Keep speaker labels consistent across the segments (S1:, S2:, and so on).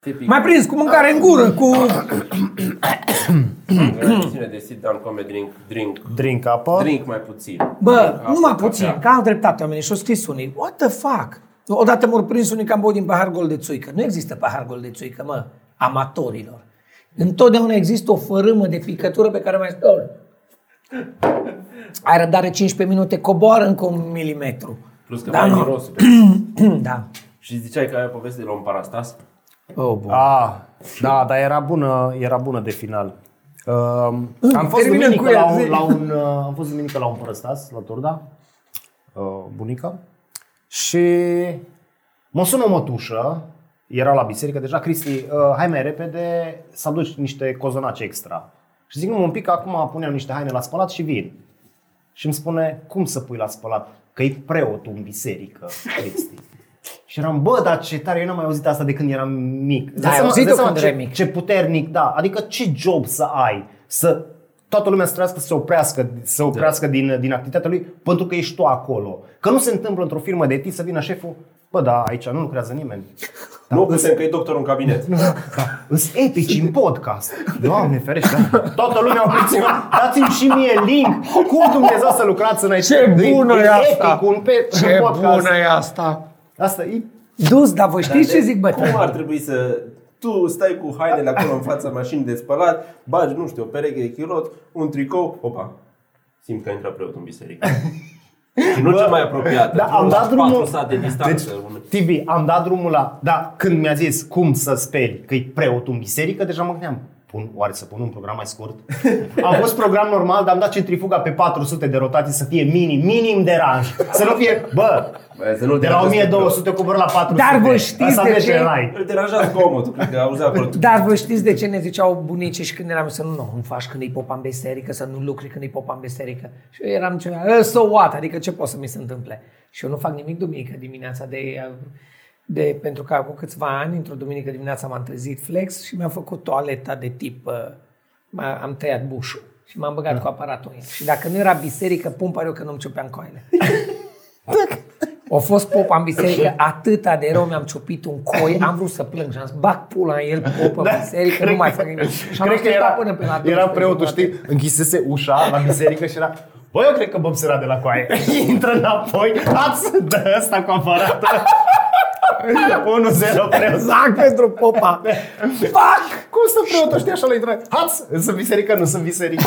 S1: Tipic,
S2: Mai prins cu mâncare în gură, cu...
S1: versiune de sit-down comedy drink, drink,
S3: Drink apă.
S1: drink mai puțin.
S2: Bă,
S1: Drink apă,
S2: numai
S1: cafea.
S2: puțin, că au dreptate oamenii și-au scris unii. What the fuck? Odată m-au prins unii că am băut din pahar gol de țuică. Nu există pahar gol de țuică, mă, amatorilor. Întotdeauna există o fărâmă de picătură pe care mai stau. Ai răbdare 15 minute, coboară încă un milimetru.
S1: Plus că
S2: Da,
S1: da, mai
S2: mă.
S1: mirosul. pe-
S2: da.
S1: Și ziceai că ai o poveste de la un parastas?
S2: Oh, bun.
S3: Ah, da, dar era bună, era bună de final. Uh, am, fost
S2: terminăm cu
S3: duminică
S2: el,
S3: la un,
S2: zi.
S3: la un, uh, am fost duminică la un părăstas, la Turda, uh, bunica, și mă sună o mătușă, era la biserică deja, Cristi, uh, hai mai repede să aduci niște cozonaci extra. Și zic, nu, un pic, acum punem niște haine la spălat și vin. Și îmi spune, cum să pui la spălat? Că e preotul în biserică, Cristi. Și eram, bă, dar ce tare, eu n-am mai auzit asta de când eram mic. Îți dai
S2: Da, ai
S3: seama-
S2: auzit-o
S3: îți dai seama
S2: când
S3: ce,
S2: erai mic.
S3: Ce puternic, da. Adică ce job să ai? Să toată lumea să trească să se oprească, să oprească
S2: Da.
S3: din, din activitatea lui pentru că ești tu acolo. Că nu se întâmplă într-o firmă de IT să vină șeful, bă, da, aici nu lucrează nimeni.
S1: Da, nu putem că e doctor în cabinet.
S3: Da, îs epici în podcast. Doamne ferește, da. toată lumea a pricina. Dați-mi și mie link. Cum Dumnezeu să lucrați în aici?
S2: Ce bună e asta!
S3: Epic, un pe,
S2: Ce
S3: un podcast.
S2: bună e asta!
S3: Asta e
S2: Dus, dar voi știți ce zic, bă?
S1: Cum ar trebui să... Tu stai cu hainele acolo în fața mașinii de spălat, bagi, nu știu, o pereche de chilot, un tricou, opa, simt că a intrat preotul în biserică. Și nu cea mai apropiată.
S3: Da, am
S1: la
S3: dat drumul. Deci,
S1: Patru sate distanță. un-
S3: Tibi, am dat drumul la... Da, când mi-a zis cum să speli că e preotul în biserică, deja mă gândeam, pun, oare să pun un program mai scurt? Am fost program normal, dar am dat centrifuga pe 400 de rotații să fie minim, minim deranj. Să nu fie, bă,
S1: Bă, să nu
S3: de la
S1: deranjează
S3: 1200 cobor la 400.
S2: Dar vă știți
S3: Asta
S2: de
S3: merge
S2: ce?
S3: în rai.
S1: Îl deranja zgomotul, cred că auzea acolo.
S2: Dar vă știți de ce ne ziceau bunicii și când eram să nu, nu, nu faci când îi popa în biserică, să nu lucri când îi popa în biserică. Și eu eram ceva, "Eh, so what, adică ce pot să mi se întâmple? Și eu nu fac nimic duminică dimineața de, de pentru că acum câțiva ani, într-o duminică dimineața m-am trezit flex și mi-am făcut toaleta de tip, uh, m-a- am tăiat bușul și m-am băgat cu aparatul în el. Și dacă nu era biserică, pun pariu că nu-mi ciupeam coile. O fost popa în biserică, atâta de rău mi-am ciupit un coi, am vrut să plâng și am zis, bag pula în el, popă, da, biserică, nu mai fac nimic. Și am
S3: Cred că
S2: așteptat
S3: era,
S2: până pe la
S3: era
S2: 12
S3: preotul,
S2: jumate.
S3: știi, închisese ușa la biserică și era... Bă, eu cred că Bob se era de la coaie. Intră înapoi, ați dă ăsta cu aparatul. 1-0 preot.
S2: Zac Exact, pentru popa. Fac!
S3: Cum stă preotul, știi, așa la intrare? Haț, sunt biserică, nu sunt biserică.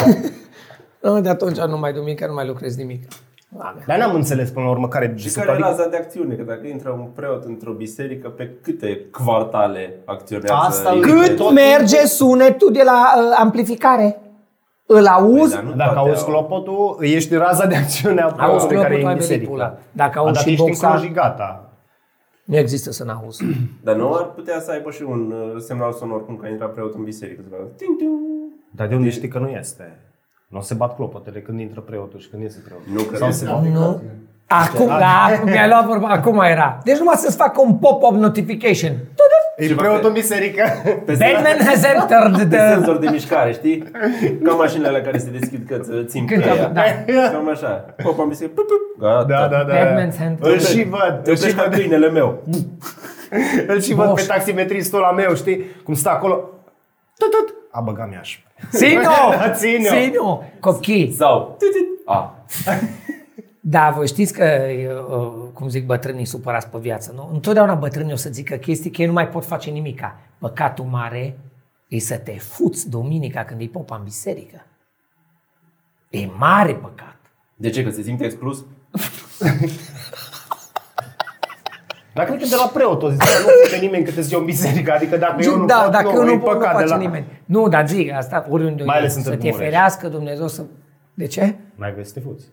S2: Nu, De atunci nu mai duminică, nu mai lucrez nimic.
S3: Dar n-am înțeles până la urmă care
S1: Și
S3: sunt,
S1: care e
S3: adică...
S1: raza de acțiune? Că dacă intră un preot într-o biserică, pe câte quartale acționează?
S3: Asta
S1: el?
S3: e.
S2: Cât
S3: tot
S2: merge sunetul de la uh, amplificare? Îl
S3: Păi
S2: auzi?
S1: Dar nu
S3: Dacă
S1: toate
S3: auzi
S1: au-
S3: clopotul, ești raza de acțiune a
S2: Auzi
S3: preotului care e
S2: clopotul,
S3: în
S2: ai venit
S3: biserică.
S2: pula. Dacă auzi
S3: A, dar
S2: și
S3: ești în
S2: boxa-
S3: Cluj, gata.
S2: Nu există să n-auzi.
S1: Dar nu ar putea să aibă și un uh, semnal sonor cum că a intrat preotul în biserică. să facă ting, ting.
S3: Dar de unde știi că nu este? Nu se bat clopotele când intră preotul și când iese preotul.
S1: Nu cred.
S3: Sau se bat.
S2: Nu. Acum, da, acum mi-ai luat vorba, acum era. Deci numai să-ți facă un pop-up notification. Tudut.
S3: E preotul în biserică.
S1: Pe
S2: Batman has entered
S1: pe
S2: the...
S1: senzor de mișcare, știi? Ca mașinile alea care se deschid că ți țin
S2: Când
S1: pe ea.
S2: da.
S1: Cam așa. Pop, am biserică. Pup, pup. Gata.
S3: Da, da, da.
S2: Batman's hand.
S3: Îl și văd.
S1: Te
S3: Îl și
S1: oprești ca
S3: văd,
S1: câinele meu.
S3: îl și văd pe
S2: Moș.
S3: taximetristul ăla meu, știi? Cum stă acolo. Tut, tut. A băgat mi-aș. Da,
S2: Ținu!
S3: ține-o.
S2: Ținu! Copchii!
S1: Sau. tit, tit. A.
S2: Da, voi știți că, uh, cum zic, bătrânii supărați pe viață, nu? Întotdeauna bătrânii o să zică chestii că ei nu mai pot face nimica. Păcatul mare e să te fuți duminica când îi popa în biserică. E mare păcat.
S1: De ce? Că se simte exclus?
S3: Dar cred că de la preot o zice, nu pe nimeni câte ziua în biserică. Adică dacă eu nu
S2: da,
S3: pot,
S2: dacă eu
S3: nu, e
S2: nu pot, nu
S3: păcat de
S2: face
S3: la...
S2: nimeni. Nu, dar zic, asta oriunde
S3: Mai
S2: e,
S3: ales în
S2: să
S3: Târgu
S2: te
S3: Mureș.
S2: ferească Dumnezeu să... De ce? Ah!
S3: N-ai voie să te fuți.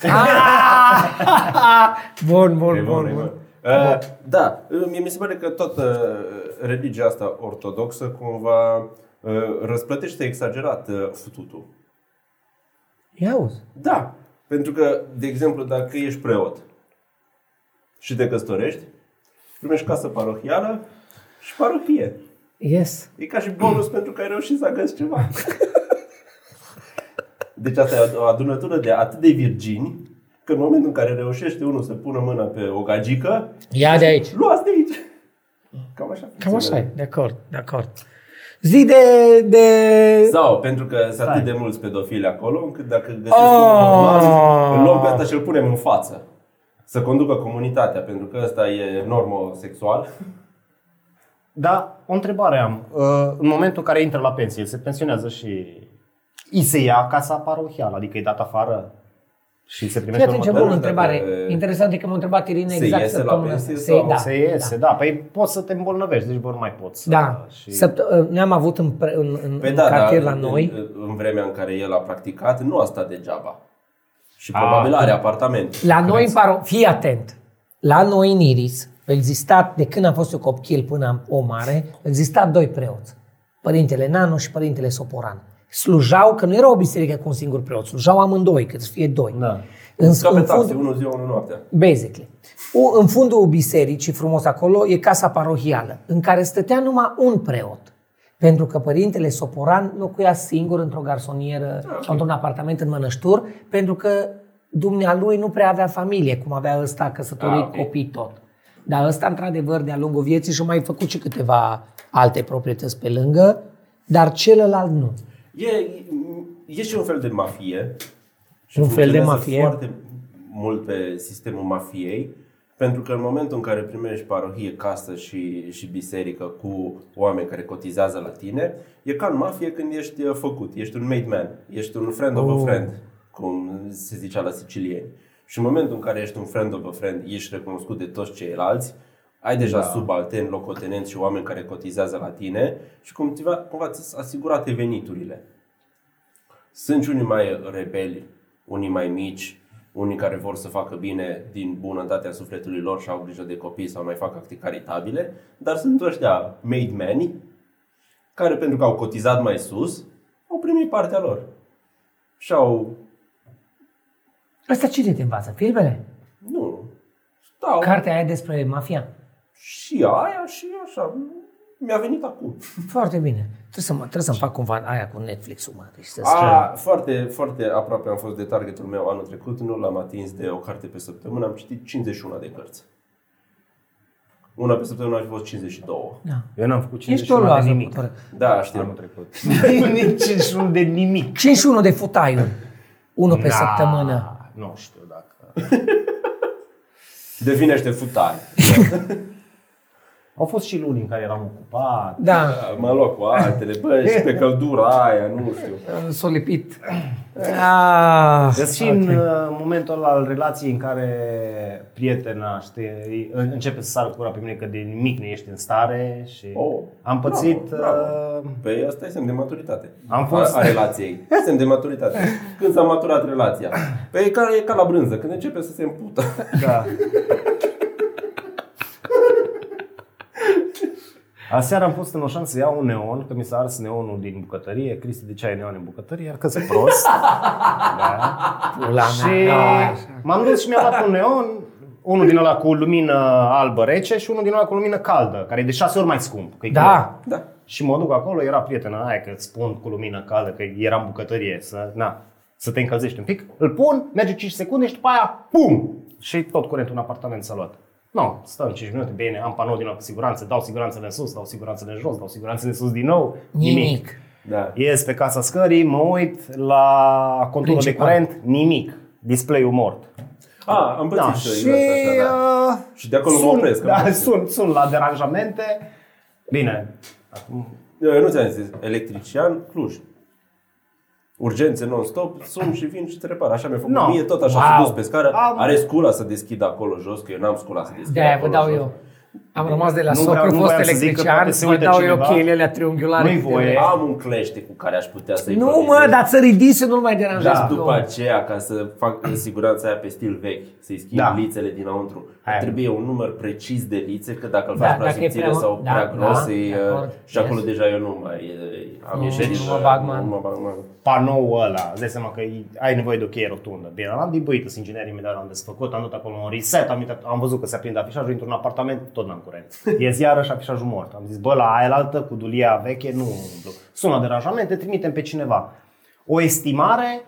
S2: Bun, bun,
S1: E
S2: bun,
S1: e
S2: bun.
S1: Uh, da, uh, mie mi se pare că toată uh, religia asta ortodoxă cumva uh, răsplătește exagerat uh, fututul.
S2: Ia uzi.
S1: Da, pentru că, de exemplu, dacă ești preot și te căsătorești, primești casă parohială și parohie.
S2: Yes.
S1: E ca și bonus pentru că ai reușit să agăți ceva. Deci asta e o adunătură de atât de virgini, că în momentul în care reușește unul să pună mâna pe o gagică,
S2: Ia de aici.
S1: luați de aici. Cam așa.
S2: Cam
S1: funcționează.
S2: așa e, de acord, de acord. Zi de... de...
S1: Sau pentru că sunt atât de mulți pedofili acolo, încât dacă găsesc
S2: Oh.
S1: unul normal, îl luăm pe asta și îl punem în față. Să conducă comunitatea, pentru că ăsta e normosexual.
S3: Da, o întrebare am. Uh, În momentul în care intră la pensie, se pensionează și îi se ia casa parohială, adică e dat afară și se
S2: Fii
S3: primește
S2: atent ce bună
S1: următorul,
S2: întrebare.
S1: dacă-
S2: Interesant e că m-a întrebat Irina
S1: Se
S2: exact
S1: iese la
S2: săptămâna
S1: pensie
S2: asta.
S1: sau-
S2: da,
S3: Se iese, da. Păi poți să te îmbolnăvești, deci vor mai poți. să-
S2: da.
S3: Și...
S2: Săpt- Noi am avut în, pre- în, în, în cartier la noi.
S1: Păi da, În, în vremea în care el a practicat, nu a stat degeaba. Și
S3: Ah.
S1: probabil are apartament.
S2: La noi în paro... Fii atent! La noi în Iris, exista, de când am fost eu copil până am o mare, exista doi preoți. Părintele Nano și Părintele Soporan. Slujau, că nu era o biserică cu un singur preot, slujau amândoi, cât să fie doi.
S3: Da.
S2: În,
S1: Ca pe
S2: în
S1: taxe,
S2: fund,
S1: unul ziua, unul noaptea.
S2: basically. U- În fundul bisericii, frumos acolo, e casa parohială, în care stătea numai un preot. Pentru că părintele Soporan locuia singur într-o garsonieră
S1: Ah,
S2: sau într-un apartament în mănăștur, pentru că dumnealui nu prea avea familie, cum avea ăsta căsătorit,
S1: Ah, ok.
S2: copii, tot. Dar ăsta, într-adevăr, de-a lungul vieții și-a mai făcut și câteva alte proprietăți pe lângă, dar celălalt nu.
S1: E, e și un fel de mafie. Și
S2: Un fel de
S1: funcționează
S2: mafie.
S1: foarte mult pe sistemul mafiei, pentru că în momentul în care primești parohie, casă și, și biserică cu oameni care cotizează la tine, e ca în mafie când ești uh, făcut, ești un made man, ești un friend
S2: Oh.
S1: of a friend, cum se zicea la sicilieni. Și în momentul în care ești un friend of a friend, ești recunoscut de toți ceilalți, ai deja da. subalterni, locotenenți și oameni care cotizează la tine și cumva, cumva ți asigurate veniturile. Sunt și unii mai rebeli, unii mai mici, unii care vor să facă bine din bunătatea sufletului lor și au grijă de copii sau mai fac acte caritabile, dar sunt ăștia made men care pentru că au cotizat mai sus, au primit partea lor. Și au...
S2: Ăsta cine te învață? Filmele?
S1: Nu. Stau
S2: Cartea aia despre mafia?
S1: și aia și așa. Mi-a venit acum.
S2: Foarte bine. Trebuie să mă, trebuie să-mi fac cumva aia cu Netflix-ul, mă, deci să
S3: Ah.
S1: A, foarte, foarte aproape am fost de targetul meu anul trecut, nu l-am atins de o carte pe săptămână, am citit 51 de cărți. Una pe săptămână ar fi fost 52.
S2: Da.
S3: Eu n-am făcut
S2: Ești o păi.
S3: 51 de
S2: luază,
S3: nimic.
S2: pără.
S1: Da, știu.
S4: anul trecut.
S3: Nici 51 de nimic.
S2: 51 de futaiuri. Unul pe
S3: Na,
S2: săptămână.
S3: Nu știu dacă...
S1: Devinește futai.
S3: Au fost și luni în care eram ocupat.
S2: Da,
S1: Mă loc cu altele, bă, și pe căldura aia, nu știu.
S2: s-o lipit. Ah,
S3: Sunt și în uh, momentul ăla al relației în care prietena știi, în- începe să sară cura pe mine că de nimic nu ești în stare și
S1: Oh,
S3: am pățit...
S1: bravo, bravo.
S3: uh,
S1: Păi asta e semn de maturitate.
S3: Am fost-
S1: A, a relației. Semn de maturitate. Când s-a maturat relația? Păi e ca, e ca la brânză, când începe să se împută.
S3: Da. Aseară am fost în Oșan să iau un neon, că mi s-a ars neonul din bucătărie. Cristi, de ce ai neon în bucătărie? Iar că sunt prost. da.
S2: pula
S3: Și
S1: da,
S2: mea. Da.
S3: m-am dus și mi-am luat un neon, unul din ăla cu lumină albă rece și unul din ăla cu lumină caldă, care e de șase ori mai scump. Că e culoare.
S2: Da,
S1: Da.
S3: Și mă duc acolo, era prietena aia că îți spun cu lumină caldă, că era în bucătărie, să, na, să te încălzești un pic. Îl pun, merge 5 secunde și după aia, pum! Și tot curentul în apartament s-a luat. Nu, no, stăm 5 minute, bine, am panou din nou cu siguranță, dau siguranțele în sus, dau siguranțele în jos, dau siguranțele în sus din nou, nimic. nimic.
S2: nimic.
S1: Da.
S3: Ies pe casa scării, mă uit la conturul de
S2: Principal.
S3: curent, nimic. Display-ul mort.
S1: A, am pățit
S3: Da,
S1: și, eu
S3: și,
S1: asta, așa, da.
S3: uh,
S1: Și de acolo mă
S3: sun,
S1: opresc, am
S3: Da,
S1: văzut.
S3: sun, sun la deranjamente. Bine,
S1: Eu nu ți-am zis, electrician, Cluj. Urgențe non-stop, sun și vin și te repar. Așa mi-a făcut
S3: No.
S1: mie, tot așa,
S3: Wow.
S1: wow. dus pe scară.
S3: Am-
S1: Are scula să deschid acolo jos, că eu n-am scula să deschid
S2: De-aia vă
S1: acolo
S2: dau
S1: jos.
S2: eu. Am rămas de la
S3: Nu
S2: socru,
S3: vreau- nu
S2: fost
S3: voiam să zic că
S2: electrician,
S3: poate se
S2: vă
S3: uită
S2: dau eu
S3: cineva.
S2: cheile alea triunghiulare.
S3: Nu-i voie.
S1: Am un clește cu care aș putea să-i
S2: Nu,
S1: improvizez.
S2: mă, dar să ridici să nu-l mai deranjezi.
S1: Da,
S2: pe om.
S1: după aceea, ca să fac siguranța aia pe stil vechi, să-i schimb
S3: Da.
S1: da. lițele dinăuntru,
S3: Hai.
S1: trebuie un număr precis de lițe, că dacă îl
S2: Da,
S1: faci prea
S2: dacă e
S1: subțire
S2: prea-
S1: sau
S2: da,
S1: prea
S2: da,
S1: gros,
S2: de
S1: îi,
S2: acord.
S1: și acolo
S2: Yes.
S1: deja eu nu mai am ieșit.
S2: nu
S1: din-
S2: mă bag, man.
S1: Nu mă bag, man.
S3: panoul ăla, îți dai seama că e- ai nevoie de o cheie rotundă. Bine, am dibuit, sunt inginer, imediat l-am desfăcut, am dat acolo un reset, am, intrat, am văzut că se aprinde afișajul, într-un apartament, tot n-am curent. Ies iarăși afișajul mort. Am zis, bă, la aia altă, cu dulia veche, nu umblu. Sună deranjamente, trimitem pe cineva. O estimare,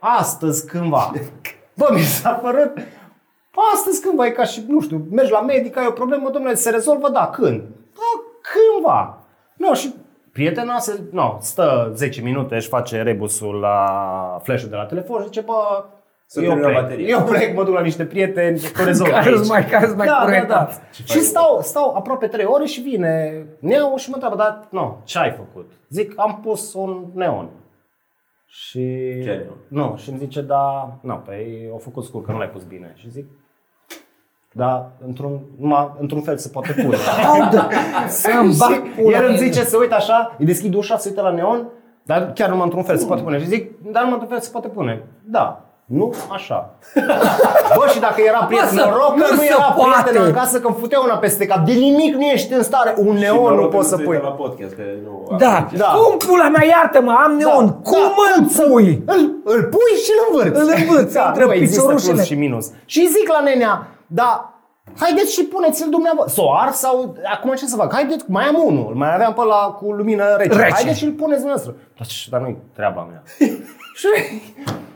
S3: astăzi cândva. Bă, mi s-a părut Astăzi cândva e ca și, nu știu, mergi la medic, ai o problemă, domnule, se rezolvă, da, când? Da, cândva. Nu, no, și prietena se, no, stă 10 minute, își face rebusul la flash de la telefon și zice, bă,
S1: Să
S3: eu
S1: termină
S3: plec,
S1: bateria."
S3: eu plec, mă duc la niște prieteni, o rezolv
S2: Care sunt
S3: aici.
S2: mai- care sunt mai
S3: da, da, da.
S2: curentați.
S1: Ce
S3: Și
S1: faci,
S3: stau, stau aproape 3 ore și vine neau și mă întreabă, dar, no, ce ai făcut? Zic, am pus un neon. Și...
S1: Ce neon?
S3: Nu, și îmi zice, da, nu, păi au făcut scurt, că nu l-ai pus bine. Și zic, da, într-un, numai, într-un fel se poate pune.
S2: Audă, să-mi bag
S3: Și
S2: pula
S3: El
S2: în-
S3: îmi zice să uit așa, îi deschid ușa, se uită la neon, dar chiar numai într-un fel se poate pune. Și zic, dar numai într-un fel se poate pune. Da, nu așa. Bă, și dacă era prieten,
S2: Bă, să-
S3: noroc că
S2: nu
S3: nu
S2: se
S3: era
S2: poate.
S3: prieten acasă, că îmi futea una peste cap. De nimic nu ești în stare. Un
S1: Și
S3: neon nu
S1: noroc că
S3: poți să
S1: se uită
S3: pui.
S1: la podcast, că nu...
S2: Da.
S3: Da.
S2: Cum pula mea, iartă-mă, am neon. Cum îl pui?
S3: Îl, îl pui și îl învârți. Da,
S2: Îl învârți, între
S3: nu există
S2: piciorușele.
S3: plus și minus. Și zic la nenea, da, haideți și puneți-l dumneavoastră. Să o ars sau, acum ce să fac? Haideți, mai am unul, îl mai aveam pe la cu lumină rece.
S2: Rece.
S3: Haideți și îl puneți dumneavoastră. Dar, ce- dar nu-i treaba mea. și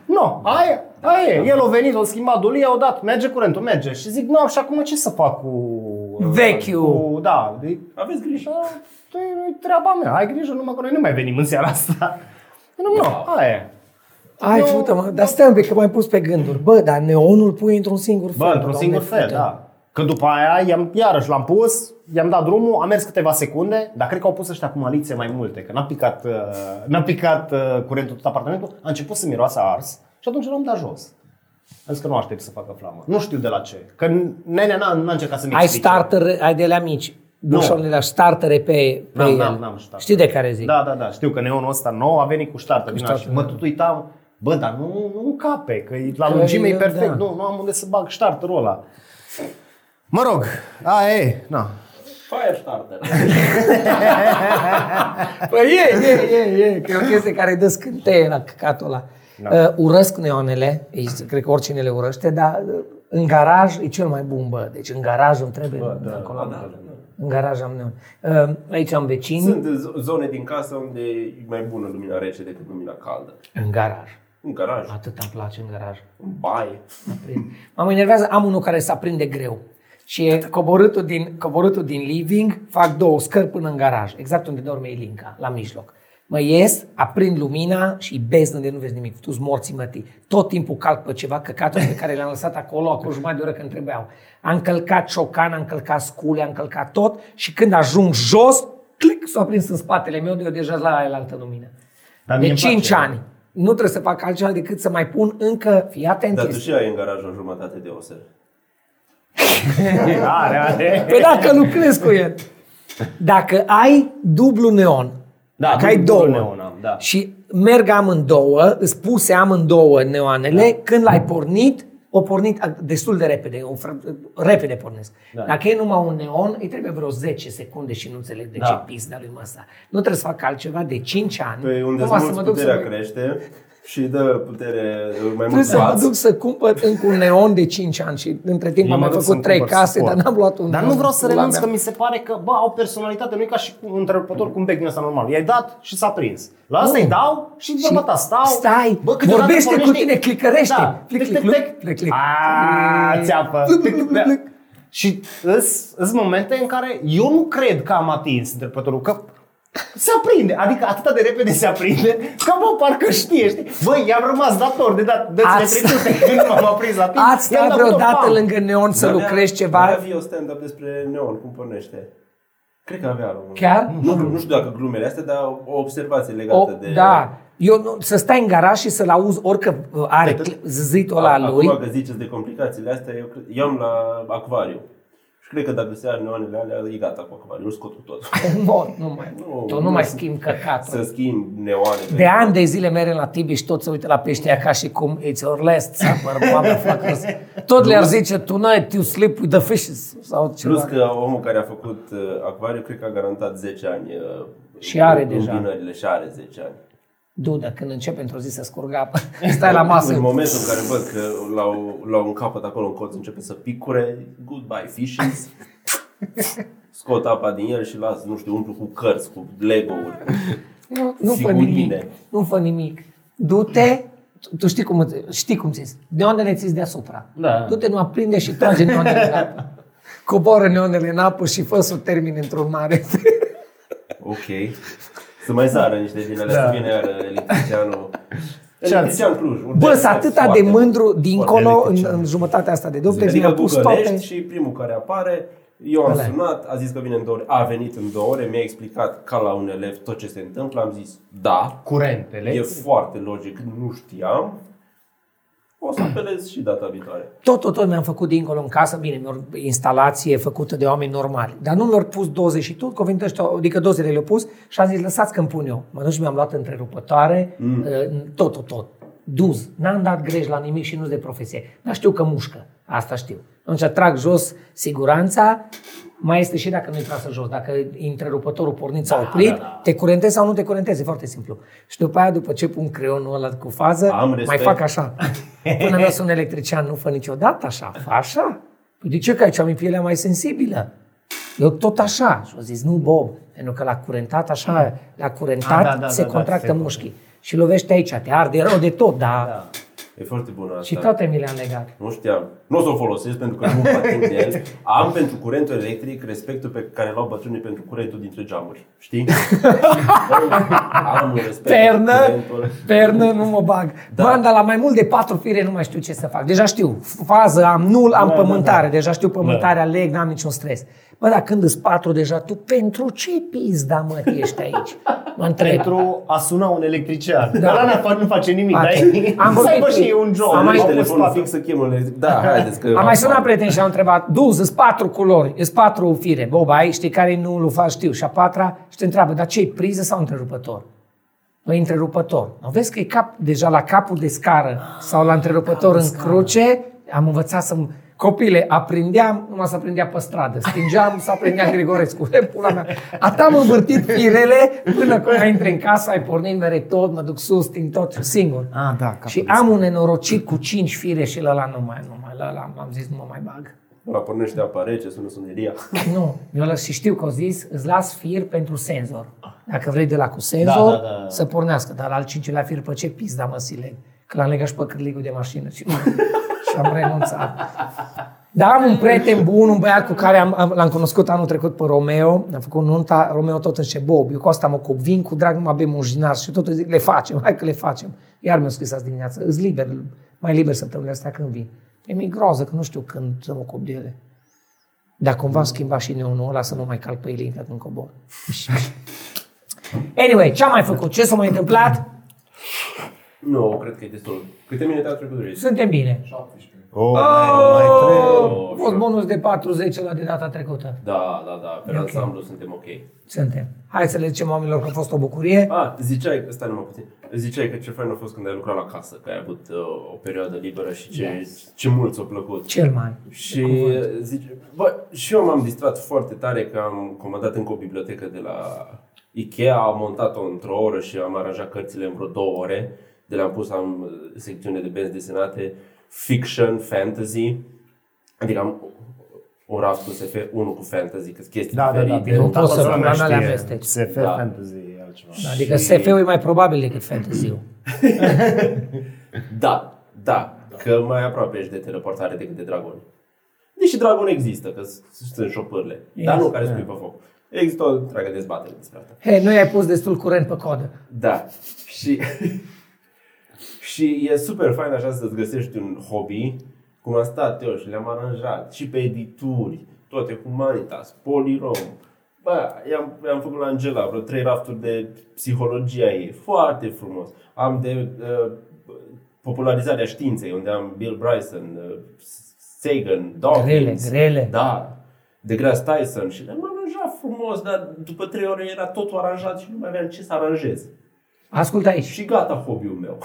S3: nu, aia, aia e. El a venit, a schimbat dulia, a dat, merge curentul, merge. Și zic, nu, și acum ce să fac cu...
S2: Vechiul.
S3: Cu, da, de,
S1: Aveți grijă.
S3: da, nu-i treaba mea, ai grijă numai că noi nu mai venim în seara asta. Nu, nu, aia e.
S2: Ai,
S3: Eu-
S2: fute mă, dar stai un pic că m-ai pus pe gânduri. Bă, dar neonul pui într-un singur fel.
S3: Bă, într-un
S2: doamne,
S3: singur fel,
S2: fute.
S3: da. Că după aia, i-am, iarăși l-am pus, i-am dat drumul, am mers câteva secunde, dar cred că au pus ăștia cu malițe mai multe, că n-a picat, uh, n-a picat uh, curentul tot apartamentul, a început să miroase a ars și atunci l-am dat jos. Am zis că nu aștept să facă flamă. Nu știu de la ce. Că nenea n-a, n-a încercat să-mi
S2: Ai
S3: explice.
S2: starter, ai de la mici.
S3: Nu.
S2: Bușonile la startere pe, pe
S3: N-am,
S2: el.
S3: n-am, n-am starter.
S2: Știi Păi, de care zic?
S3: Da, da, da, știu că neonul ăsta nou a venit cu ștartă din
S2: ștartă, da.
S3: așa. Mă tot uitam, bă, dar nu, nu încape, că e- la
S2: Că
S3: lungime
S2: e,
S3: e perfect,
S2: da.
S3: nu, nu am unde să bag ștarterul ăla. Mă rog, a, e, na.
S1: Firestarter.
S2: Păi e, e, e, e, că e o chestie care dă scânteie la căcatul ăla.
S3: Da.
S2: Uh, urăsc neonele, ei, cred că oricine le urăște, dar uh, în garaj e cel mai bun, bă. Deci în garaj îmi trebuie, da, acolo am, în garaj am neon. Uh, aici am vecini,
S1: Sunt z- zone din casă unde e mai bună lumina rece decât lumina caldă.
S2: în garaj.
S1: Un garaj,
S2: Atât îmi place în garaj.
S1: un baie.
S2: Prin- Mă enervează, am unul care se aprinde greu. Și e coborâtul din, coborâtul din living, fac două scări până în garaj, exact unde dorme Ilinca, la mijloc. Mă ies, aprind lumina și bez unde nu vezi nimic. Tu-ți morții mătii. Tot timpul calc pe ceva căcatul pe care le-am lăsat acolo, acum jumătate de oră când trebuiau. Am călcat ciocan, am călcat scule, am călcat tot și când ajung jos, clic, s-a prins în spatele meu, de eu deja la aia la altă lumină.
S3: Dar mie
S2: de
S3: îmi
S2: 5
S3: place. da.
S2: ani. Nu trebuie să fac altceva decât să mai pun încă, fii atent,
S1: Dar
S2: este-
S1: tu și ai în garaj o jumătate de oser.
S3: Are, are.
S2: Păi dacă lucrezi cu el. Dacă ai dublu neon,
S3: Da,
S2: dacă
S3: dublu-
S2: ai două
S3: dublu neon am, da.
S2: și merg amândouă, îți puse amândouă neoanele,
S3: Da.
S2: când l-ai pornit, o pornit a, destul de repede, o, fra- repede pornesc.
S3: Da.
S2: Dacă e numai un neon, îi trebuie vreo 10 secunde și nu înțeleg de
S3: Da.
S2: ce pizda lui măsa. Nu trebuie să fac altceva de 5 ani.
S1: Pe unde îți
S2: numai să mă
S1: Păi mulți
S2: duc
S1: puterea
S2: să mă...
S1: crește și dă putere uh, mai
S2: Trebuie
S1: mult
S2: să mă duc
S1: față.
S2: să cumpăr încă un neon de 5 ani și între timp
S3: Eu
S2: am
S3: mă
S2: mai
S3: duc
S2: făcut
S3: să-mi
S2: 3
S3: cumpăr
S2: case,
S3: sport.
S2: dar n-am luat un
S3: Dar nu
S2: neon,
S3: vreau să
S2: pula
S3: renunț
S2: mea.
S3: că mi se pare că, bă, au personalitate, nu e ca și cu un întrebător cu un bec din ăsta normal. I-ai dat și s-a prins. La asta
S2: Nu.
S3: îi dau și de
S2: Și
S3: bata stau.
S2: stai,
S3: bă, câteodată
S2: vorbește cu
S3: pornește-
S2: tine, clicărește.
S3: Da.
S2: Clic,
S3: Tic,
S2: clic,
S3: tic,
S2: clic,
S3: tic.
S2: clic, clic.
S3: Aaa, țeapă.
S2: Clic,
S3: Tic,
S2: clic,
S3: da.
S2: clic.
S3: Și îs, îs momente în care eu nu cred că am atins întrebătorul, că se aprinde, adică atât de repede se aprinde, că bă, parcă știe, știi? Bă, i-am rămas dator de dat, de
S2: Ați-
S3: trecute, când nu m-am aprins la timp.
S2: Ați
S3: i-am
S2: stat
S3: dat o
S2: vreodată
S3: pam.
S2: lângă neon
S1: Da,
S2: să lucrezi
S1: Avea
S2: ceva?
S1: avea o stand-up despre neon, cum pornește. Cred că avea român.
S2: Chiar?
S1: Nu, nu știu dacă glumele astea, dar o observație legată
S2: O,
S1: de...
S2: da. Eu, nu- să stai în garaj și să-l auzi orică uh, are cl- zâzitul ăla
S1: Da, Acum
S2: lui.
S1: că ziceți de complicațiile astea, eu, cre- eu am la acvariu. Și cred că dacă se ar neonele alea, e gata cu acvariu, îl scot cu tot.
S2: Nu, nu mai.
S1: Nu,
S2: Tu nu
S1: nu.
S2: mai schimbi căcatul.
S1: Să schimb neoane.
S2: De ani de zile merg la Tibi și tot se uită la peștia ca și cum it's your last supper, motherfuckers. Tot le-ar zice, tonight you sleep with the fishes sau
S1: Plus
S2: ceva.
S1: că omul care a făcut uh, acvariu, cred că a garantat 10 ani. uh,
S2: Și are
S1: în-
S2: deja.
S1: Îmbinările și are 10 ani.
S2: Duda, când începe într-o zi să scurgă apă, stai la masă.
S1: În momentul în care văd că la, o- la un capăt acolo în colț începe să picure, goodbye fishes. Scot apa din el și las, nu știu, umplu cu cărți, cu Lego-uri.
S2: Nu, nu fă
S1: Figurine.
S2: nimic. Nu fă nimic. Du-te, tu, tu știi cum, îți- știi cum ți Neonele ți deasupra.
S3: Da.
S2: Du-te, nu aprinde și trage neonele în apă. Coboară neonele în apă și fă să o termine într-un mare.
S1: Ok. Să mai sară niște din alea,
S3: Da.
S1: să vină iară electricianul.
S3: Ce
S1: Electrician Cluj. urgent,
S2: Bă, sunt atâta de
S1: foarte
S2: mândru
S1: mult.
S2: dincolo în,
S3: electrician.
S2: în jumătatea asta de după.
S1: Adică
S2: Mi-a pus toate.
S1: bucălești și primul care apare, eu am sunat, a zis că vine în două ore, a venit în două ore, mi-a explicat ca la un elev tot ce se întâmplă, am zis da,
S3: Curentele.
S1: e foarte logic, nu știam, o să apelez și data viitoare.
S2: Tot, tot, tot mi-am făcut dincolo în casă, bine, mi-or instalație făcută de oameni normali. Dar nu mi-au pus doze și tot, că au venit ăștia, adică dozele le-au pus și am zis, lăsați că îmi pun eu. Mă duc și mi-am luat întrerupătoare, mm. tot, tot, tot. Duz. N-am dat greș la nimic și nu de profesie. Dar știu că mușcă. Asta știu. Atunci trag jos siguranța, mai este și dacă nu-i trasă jos, dacă întrerupătorul pornit s-a oprit, da, da, da. te curentezi sau nu te curentezi, e foarte simplu. Și după aia, după ce pun creionul ăla cu fază,
S1: Am
S2: mai
S1: respect.
S2: fac așa. Până la un electrician nu fă niciodată așa, fă așa. Păi de ce că aici am pielea mai sensibilă? Eu tot așa. Și au zis, nu Bob, pentru că la curentat așa, la curentat
S3: Ah, da, da,
S2: se
S3: da, da,
S2: contractă
S3: se-
S2: mușchii. Și lovește aici, te arde rău de tot, dar... Da.
S1: E foarte bună asta.
S2: Și toate mi le-am legat.
S1: Nu știam. Nu o să o folosesc pentru că nu mă ating de el. Am pentru curentul electric respectul pe care l-au bătrânii pentru curentul dintre geamuri. Știi? Am un respect
S2: Pernă,
S1: pentru curentul.
S2: pernă, nu mă bag. Da. Bă, dar la mai mult de patru fire nu mai știu ce să fac. Deja știu, fază, am nul, am da, pământare. Da, da. Deja știu pământarea, da. leg, n-am niciun stres. Bă, dar când îți patru deja, tu pentru ce pizda, mă, ești aici? Mă întreb.
S3: Pentru a suna un electrician. Da. Dar ăla nu face nimic. Dar e-
S2: Am
S3: să aibă
S2: vorbit
S3: și
S2: cu-
S3: un job.
S2: Am
S1: Am
S2: mai-
S1: mai
S3: Au pus
S1: telefonul
S3: patru.
S1: fix să chem un electric. Da, haideți că...
S2: Am mai sunat
S1: fac.
S2: prieteni și am întrebat, Duz, sunt patru culori, sunt patru fire, Bob, ai, știi care nu îl faci, știu. Și a patra și te întreabă, dar ce priză sau întrerupător? Păi întrerupător. Nu vezi că e cap, deja la capul de scară sau la întrerupător în cruce, am învățat să Copile, aprindeam, numai să aprindea pe stradă. Stingeam, să aprindea Grigorescu. E, pula mea. Atât am învârtit firele până când mai intri în casă, ai pornit mere tot, mă duc sus, sting tot, singur.
S3: Ah, da, capul
S2: și
S3: de
S2: am un nenorocit cu cinci fire și la nu mai, nu mai, la am zis nu mă mai bag.
S1: Ăla pornește apa rece, sună suneria.
S2: Nu, eu la, și știu că au zis, îți las fir pentru senzor. Dacă vrei de la cu senzor, da, da, da. să pornească, dar la al cincilea fir, pe ce pizda mă sileg? Că l-am legat și pe cârligul de mașină și, și am renunțat. Dar am un prieten bun, un băiat cu care am, am, l-am cunoscut anul trecut pe Romeo, am făcut nunta, Romeo tot îmi Bob, eu cu asta mă convin, cu drag mă bem un jinar și tot îi zic, le facem, hai că le facem. Iar mi-a scris azi dimineață, îți liber, mai liber săptămâna asta când vin. E mi groază că nu știu când să mă ocup de ele. Dar cumva schimba și neonul ăla să nu mai calc pe Ilinca când cobor. Anyway, ce am mai făcut? Ce s-a mai întâmplat?
S1: Nu, cred că e destul. Câte minute a trecut de
S2: Suntem bine.
S3: Oh, mai, mai trebuie.
S2: A fost bonus de 40 la de data trecută.
S1: Da, da, da, pe ansamblu suntem ok.
S2: Suntem. Hai să le zicem oamenilor că a fost o bucurie.
S1: A, ziceai că, stai numai puțin, ziceai că ce fain a fost când ai lucrat la casă, că ai avut uh, o perioadă liberă și ce, yes. ce mult ți-a plăcut.
S2: Cel mai.
S1: Și zice, bă, și eu m-am distrat foarte tare că am comandat încă o bibliotecă de la Ikea, am montat-o într-o oră și am aranjat cărțile în vreo două ore. De la am pus am uh, secțiune de benzi desenate, fiction, fantasy, adică am un raft cu SF, unul cu fantasy, că chestii
S3: Da, da, da.
S1: diferite.
S3: bine,
S2: Nu pot să
S3: toată lumea
S2: pun alea
S3: știe.
S2: amesteci.
S3: SF
S1: Da.
S3: fantasy e altceva.
S2: Adică SF-ul e mai probabil decât fantasy-ul.
S1: Da, da, că mai aproape ești de teleportare decât de dragoni. Deși dragoni există, că s- sunt șopârle, dar nu care spui pe foc. Există o întreagă dezbatere despre asta.
S2: Hei, nu i-ai pus destul curent pe codă.
S1: Da, și, și e super fain așa să-ți găsești un hobby, cum am stat eu și le-am aranjat și pe edituri, toate Humanitas, Polirom. Bă, i-am, i-am făcut la Angela vreo trei rafturi de psihologia ei, foarte frumos. Am de uh, popularizarea științei, unde am Bill Bryson, uh, Sagan,
S2: Grele,
S1: Dawkins.
S2: grele.
S1: Da, de Grass Tyson și le-am aranjat frumos, dar după trei ore era totul aranjat și nu mai aveam ce să aranjez.
S2: Ascultă aici.
S1: Și gata hobby-ul meu.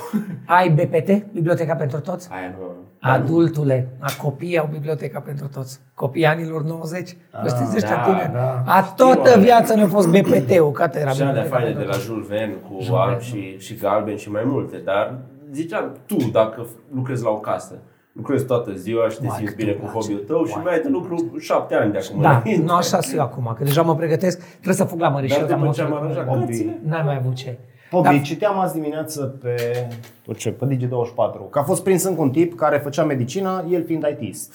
S2: Ai BPT, Biblioteca pentru Toți?
S1: Aia nu.
S2: Da. Adultule, a copiii au biblioteca pentru toți. Copiii anilor 90, a, știți ăștia
S1: da,
S2: tineri?
S3: da.
S2: A toată viața ne-a fost BPT-ul, ca te era
S1: Și alea
S2: biblioteca
S1: faine
S2: pentru
S1: de la Jules Verne cu alb și, și galben și mai multe, dar ziceam, tu dacă lucrezi la o casă, lucrezi toată ziua și te
S2: Mike,
S1: simți bine
S2: tu
S1: cu
S2: place.
S1: hobby-ul tău și
S2: Mike,
S1: mai ai de lucru șapte ani de acum.
S2: Da,
S1: înainte.
S2: nu așa sunt eu acum, că deja mă pregătesc, trebuie să fug la
S1: Dar
S2: mărișor.
S1: după
S2: am
S1: ce am
S2: auzit.
S1: aranjat
S3: Hobby.
S1: cărțile,
S2: N-ai mai avut ce.
S3: Obi, Da. citeam azi dimineață pe, tot ce, pe Digi24 că a fost prins încă un tip care făcea medicină, el fiind ITist.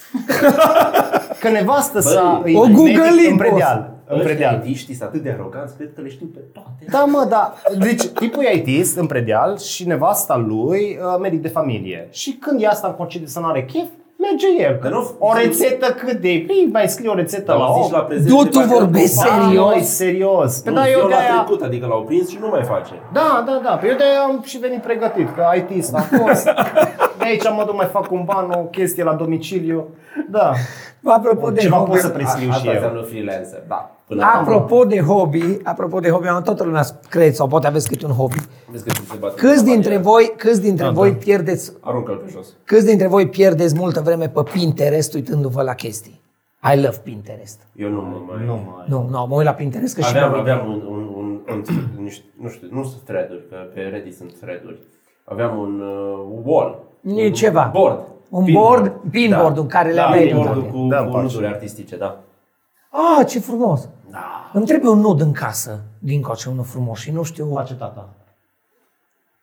S3: că nevastă sa
S1: Băi,
S3: e
S2: o
S3: medic
S2: Google-in,
S3: în predeal.
S2: boss.
S3: În predeal.
S1: sunt atât de aroganți, cred că le știu pe toate.
S3: Da, mă, da. Deci, tipul e ITist în predeal și nevasta lui uh, medic de familie. Și când e asta în concediu să nu are chef, merge el.
S1: Dar nu-
S3: o rețetă cât de... Ei, mai scrie o rețetă la
S1: Dar zici
S3: om.
S1: Da, la prezent.
S2: Du,
S1: de
S2: tu
S1: parcă
S2: vorbești
S1: nu-
S2: serios.
S3: Ba, noi, serios. Pe
S1: Nu,
S3: da, eu
S1: Păi eu l-a
S3: de-aia...
S1: trecut, adică l-au prins și nu mai face.
S3: Da, da, da. Pe eu de-aia am și venit pregătit, că IT a fost. De aici mă duc mai fac un ban, o chestie la domiciliu. Da.
S2: Apropo de
S3: Ceva
S2: hobby,
S3: pot să prescriu și
S1: Asta
S3: eu.
S1: înseamnă freelancer, da. Până la urmă.
S2: apropo de hobby, apropo de hobby, am toată lumea crezi sau poate aveți câte un hobby.
S1: Vezi că se bate
S2: Câți
S1: la
S2: dintre
S1: barieră.
S2: voi, câți dintre
S1: Da,
S2: voi pierdeți
S1: Aruncă-l pe jos.
S2: Câți dintre voi pierdeți multă vreme pe Pinterest uitându-vă la chestii? I love Pinterest.
S1: Eu nu mă mai...
S3: Nu mai.
S2: Nu, nu, mă uit la Pinterest că și
S1: Aveam,
S2: Deci mă uit.
S1: aveam un, un, un, un, niște, nu știu, nu sunt thread-uri, că pe Reddit sunt thread-uri. Aveam un uh, wall.
S2: E
S1: un
S2: ceva.
S1: Board.
S2: Un board, pinboard în care le
S1: da,
S2: aveai
S1: pinboard
S2: toate.
S1: cu,
S3: Da,
S1: cu
S3: pace.
S1: nuduri artistice, da.
S2: Ah, ce frumos!
S1: Da.
S2: Îmi trebuie un nod în casă, din coace, unul frumos și nu știu...
S3: Face tata.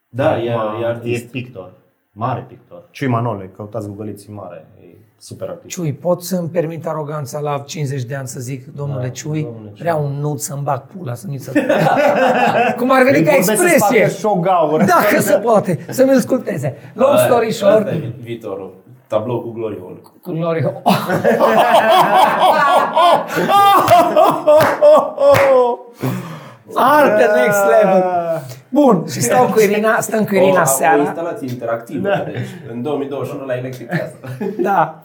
S1: Da, e,
S3: Acum
S1: e artist.
S3: pictor. Mare pictor. Ciui Manole, căutați gugăliții mare. E super artist.
S2: Ciui, pot să-mi permit aroganța la 50 de ani să zic, domnule Ciui,
S3: Da, domnule Ciui.
S2: vreau un nud să-mi bag pula, să mi se... Cum ar veni ca
S3: să Păi facă
S2: expresie!
S3: și o gaură.
S2: Dacă se poate, să mi-l sculpteze. Long story
S1: Asta-
S2: short,
S1: Asta Da, e vi- viitorul. Tablou cu Glory Hole.
S2: cu Glory Hole. Arte next level. Bun, și stau cu Irina, stăm cu
S1: O-
S2: Irina
S3: Oh,
S1: O
S2: seara.
S1: instalație interactivă, da. deci, în 2021 la Electric Castle.
S2: Da.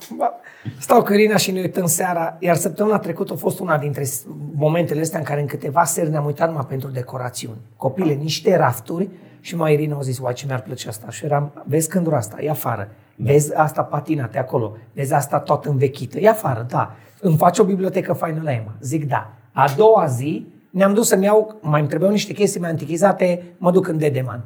S2: Stau cu Irina și ne uităm seara, iar săptămâna trecută a fost una dintre s- momentele astea în care în câteva seri ne-am uitat numai pentru decorațiuni. Copile, niște rafturi și mai Irina a zis, uai ce mi-ar plăcea asta. Și eram, vezi cândura asta, e afară. Vezi asta patinate acolo, vezi asta toată învechită, e afară, da. Îmi faci o bibliotecă faină la Emma. Zic da. A doua zi ne-am dus să-mi iau, mai îmi trebuiau niște chestii mai antichizate, mă duc în Dedeman.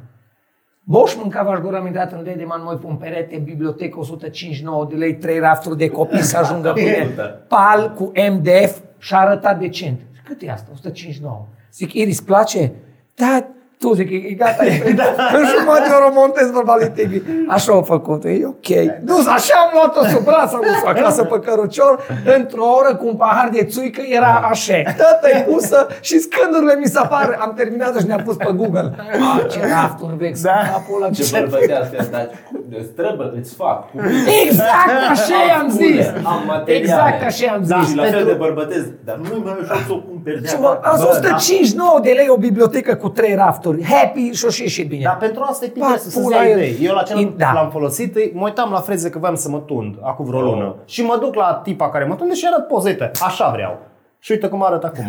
S2: Boș mâncava aș gura, am intrat în Dedeman, mă pun perete, bibliotecă 159 de lei, trei rafturi de copii să ajungă bine. Pal cu MDF și a arătat decent. Zic, Cât e asta? 159. Zic, Iris, place? Da, tu zic, e e gata, e da. În jumătate oră montez pe Valentivi. Așa au făcut, e ok. Nu, așa am luat-o sub braț, am dus acasă pe cărucior, într-o oră cu un pahar de țuică era așa. Tata e pusă și scândurile mi se apar. Am terminat și ne-am pus pe Google. Ah, ce rafturi vechi, da. capul ăla,
S1: Ce bărbătească, dar de străbă îți fac. Cu
S2: Exact așa i-am zis!
S1: Am materiale.
S2: Exact așa i-am
S1: Da,
S2: zis!
S1: și la fel de bărbătesc. Dar nu-i mai ușor să o cumperi de
S2: Și mă, am zis
S1: da.
S2: 159 de lei o bibliotecă cu trei rafturi. Happy și-o și ieșit bine.
S3: Dar pentru asta e
S2: Pa,
S3: Pinterest să-ți
S2: pula
S3: dai
S2: el.
S3: idei. Eu la cel
S2: Da.
S3: da. l-am folosit, îi- mă uitam la freze că voiam să mă tund acum
S2: Oh.
S3: vreo lună. Și mă duc la tipa care mă tunde și arăt poze, uite, așa vreau. Și uite cum arăt acum.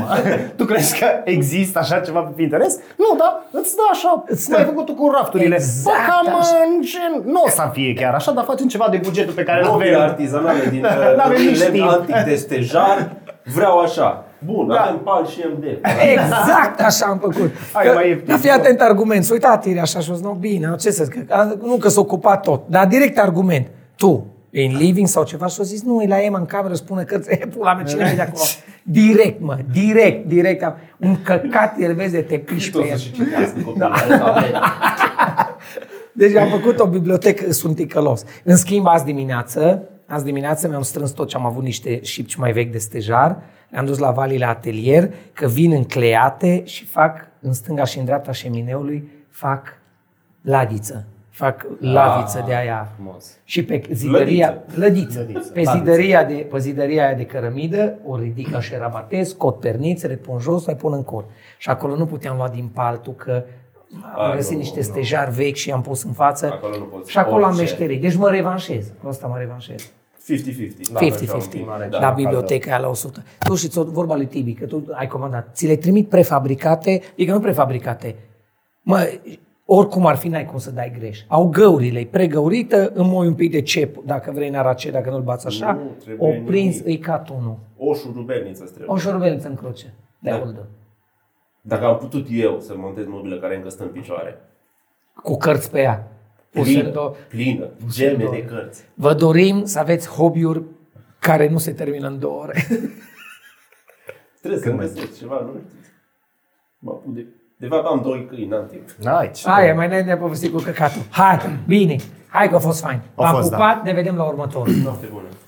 S3: tu crezi că există așa ceva pe Pinterest? Nu, dar îți dă așa.
S2: Îți
S3: Îți
S2: dă.
S3: mai făcut tu cu rafturile.
S2: Exact,
S3: Bă, cam
S2: așa.
S3: în gen... Nu o să fie chiar așa, dar facem ceva de bugetul pe care nu
S1: Mobile
S3: avem.
S1: artizanale din
S3: N-avem nici
S1: uh,
S3: timp.
S1: lemn antic de stejar. Vreau așa. Bun,
S3: Da.
S1: avem pal și MD.
S2: Exact așa am făcut.
S3: Hai,
S2: Că-
S3: mai ieftin.
S2: Dar fii atent argument. S-a uitat ieri așa și a zis, nu, bine, ce să zic, că- nu că s-a ocupat tot, dar direct argument. Tu, e în living sau ceva? Și a zis, nu, e la Emma în cameră, spune că e pula mea, cine vede acolo? Direct, mă, direct, direct. am- Un căcat, el vezi de te piși pe
S1: Tot să
S2: el.
S1: și citească copiii
S2: Da.
S1: care s-au venit.
S2: Deci am făcut o bibliotecă, sunt ticălos. În schimb, azi dimineață, azi dimineață mi-am strâns tot ce am avut niște șipci mai vechi de stejar, le-am dus la Vali la atelier, că vin încleiate și fac în stânga și în dreapta șemineului, fac ladiță. Fac laviță de aia.
S3: frumos.
S2: Și pe zidăria, lădiță.
S3: Lădiță,
S2: Pe
S3: laviță.
S2: zidăria, de, pe zidăria aia de cărămidă, o ridic așa rabatez, cot pernițe, le pun jos, le pun în cor. Și acolo nu puteam lua din paltul că am
S1: A,
S2: găsit
S1: nu,
S2: niște
S1: nu.
S2: stejar vechi și i-am pus în față.
S1: Acolo nu poți.
S2: Și acolo am
S1: Orice.
S2: meșterii. Deci mă revanșez. Cu asta mă revanșez.
S1: 50-50. Da,
S2: 50-50.
S1: așa,
S2: Da,
S1: da.
S2: la biblioteca aia la 100. Tu și ți-o vorba lui Tibi, că tu ai comandat. Ți le trimit prefabricate, adică nu prefabricate. Mă, oricum ar fi, n-ai cum să dai greș. Au găurile, e pregăurită, îmi moi un pic de cep, dacă vrei în arace, dacă nu-l bați așa,
S1: Nu, trebuie
S2: o prins,
S1: nimic.
S2: îi catunul.
S1: O șurubelniță îți trebuie.
S2: O șorbelință în cruce. De
S1: Da.
S2: da.
S1: Dacă am putut eu să montez mobilă care încă stă în picioare.
S2: Cu cărți pe ea. Puse în
S1: Plină,
S2: două.
S1: plină, geme de cărți.
S2: Vă dorim să aveți hobby-uri care nu se termină în două ore.
S1: Trebuie să găsesc ceva, nu știu. Mă apuc de De fapt am doi câini, n-am timp.
S3: Nice.
S2: Aia, mai ne-ai ne-ai povestit cu căcatul. Hai, bine, hai că a fost fain.
S3: A
S2: V-am
S3: fost, da.
S2: pupat, ne vedem la următorul.
S1: Noapte bună.